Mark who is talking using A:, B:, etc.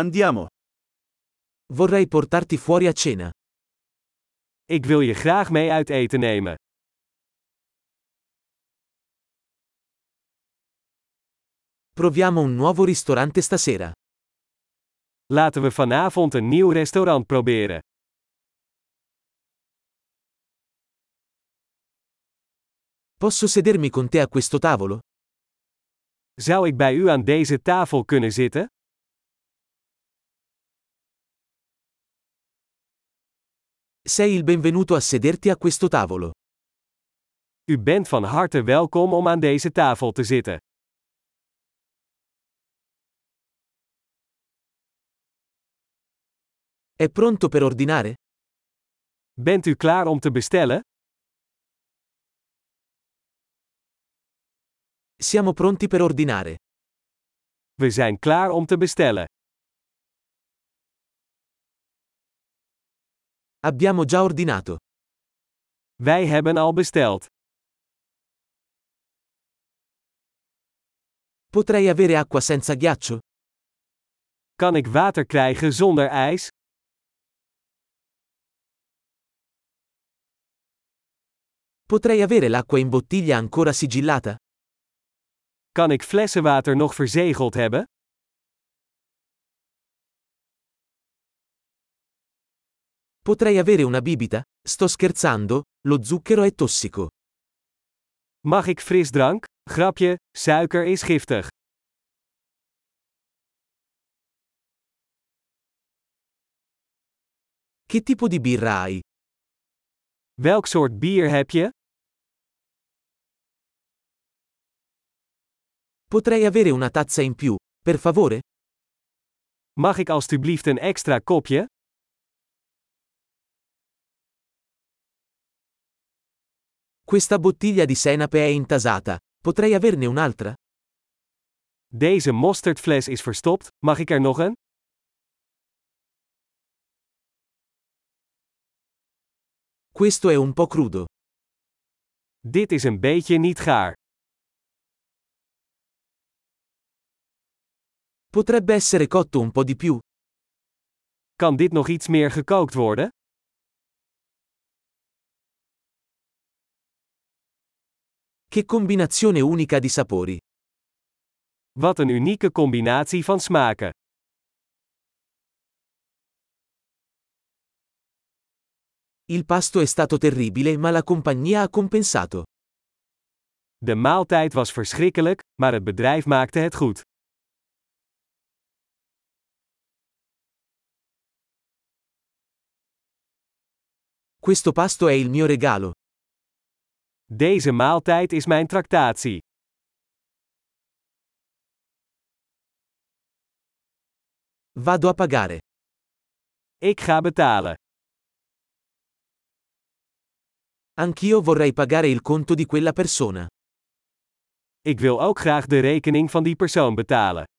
A: Andiamo.
B: Vorrei portarti fuori a cena.
C: Ik wil je graag mee uit eten nemen.
B: Proviamo un nuovo ristorante stasera.
C: Laten we vanavond een nieuw restaurant proberen.
B: Posso sedermi con te a questo tavolo?
C: Zou ik bij u aan deze tafel kunnen zitten?
B: Sei il benvenuto a sederti a questo tavolo.
C: U bent van harte welkom om aan deze tafel te zitten.
B: È pronto per ordinare?
C: Bent u klaar om te bestellen?
B: Siamo pronti per ordinare.
C: We zijn klaar om te bestellen.
B: Abbiamo già ordinato.
C: Wij hebben al besteld.
B: Potrei avere acqua senza ghiaccio?
C: Kan ik water krijgen zonder ijs?
B: Potrei avere l'acqua in bottiglia ancora sigillata?
C: Kan ik flessenwater nog verzegeld hebben?
B: Potrei avere una bibita? Sto scherzando, lo zucchero è tossico.
C: Mag ik frisdrank? Grapje, suiker is giftig.
B: Che tipo di birra hai?
C: Welk soort bier heb je?
B: Potrei avere una tazza in più, per favore?
C: Mag ik alstublieft een extra kopje?
B: Questa bottiglia di senape è intasata. Potrei averne un'altra?
C: Deze mosterdfles is verstopt, mag ik er nog een?
B: Questo è un po' crudo.
C: Dit is een beetje niet gaar.
B: Potrebbe essere cotto un po' di più.
C: Kan dit nog iets meer gekookt worden?
B: Che combinazione unica di sapori.
C: Wat een unieke combinatie van smaken.
B: Il pasto è stato terribile, ma la compagnia ha compensato.
C: De maaltijd was verschrikkelijk, maar het bedrijf maakte het goed.
B: Questo pasto è il mio regalo.
C: Deze maaltijd is mijn tractatie.
B: Vado a pagare.
C: Ik ga betalen.
B: Anch'io vorrei pagare il conto di quella persona.
C: Ik wil ook graag de rekening van die persoon betalen.